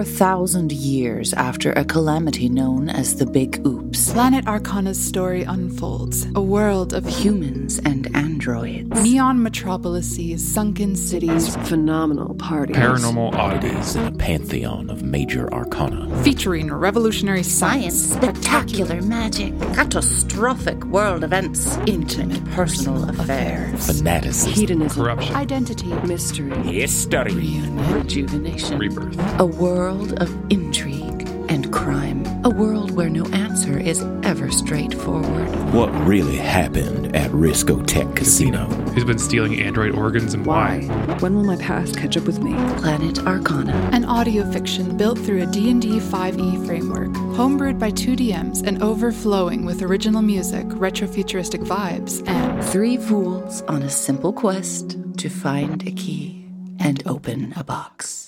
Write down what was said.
4,000 years after a calamity known as the Big Oops, Planet Arcana's story unfolds a world of humans and androids, neon metropolises, sunken cities, Phenomenal party. Paranormal oddities. in a pantheon of major arcana. featuring revolutionary science, science, spectacular magic, catastrophic world events, intimate personal affairs, Fanaticism. Hedonism. Corruption. identity, Mystery. History. rejuvenation, Rebirth. a world of intrigue and crime, a world where no answer is ever straightforward. What really happened at Risco Tech Casino? Who's been stealing android organs and Why? why? When will my past catch up with me? Planet Arcana. an audio fiction built through a D&D 5e E framework, homebrewed by 2DMs and overflowing with original music, retrofuturistic vibes, and Three fools on a simple quest to find a key and open a box.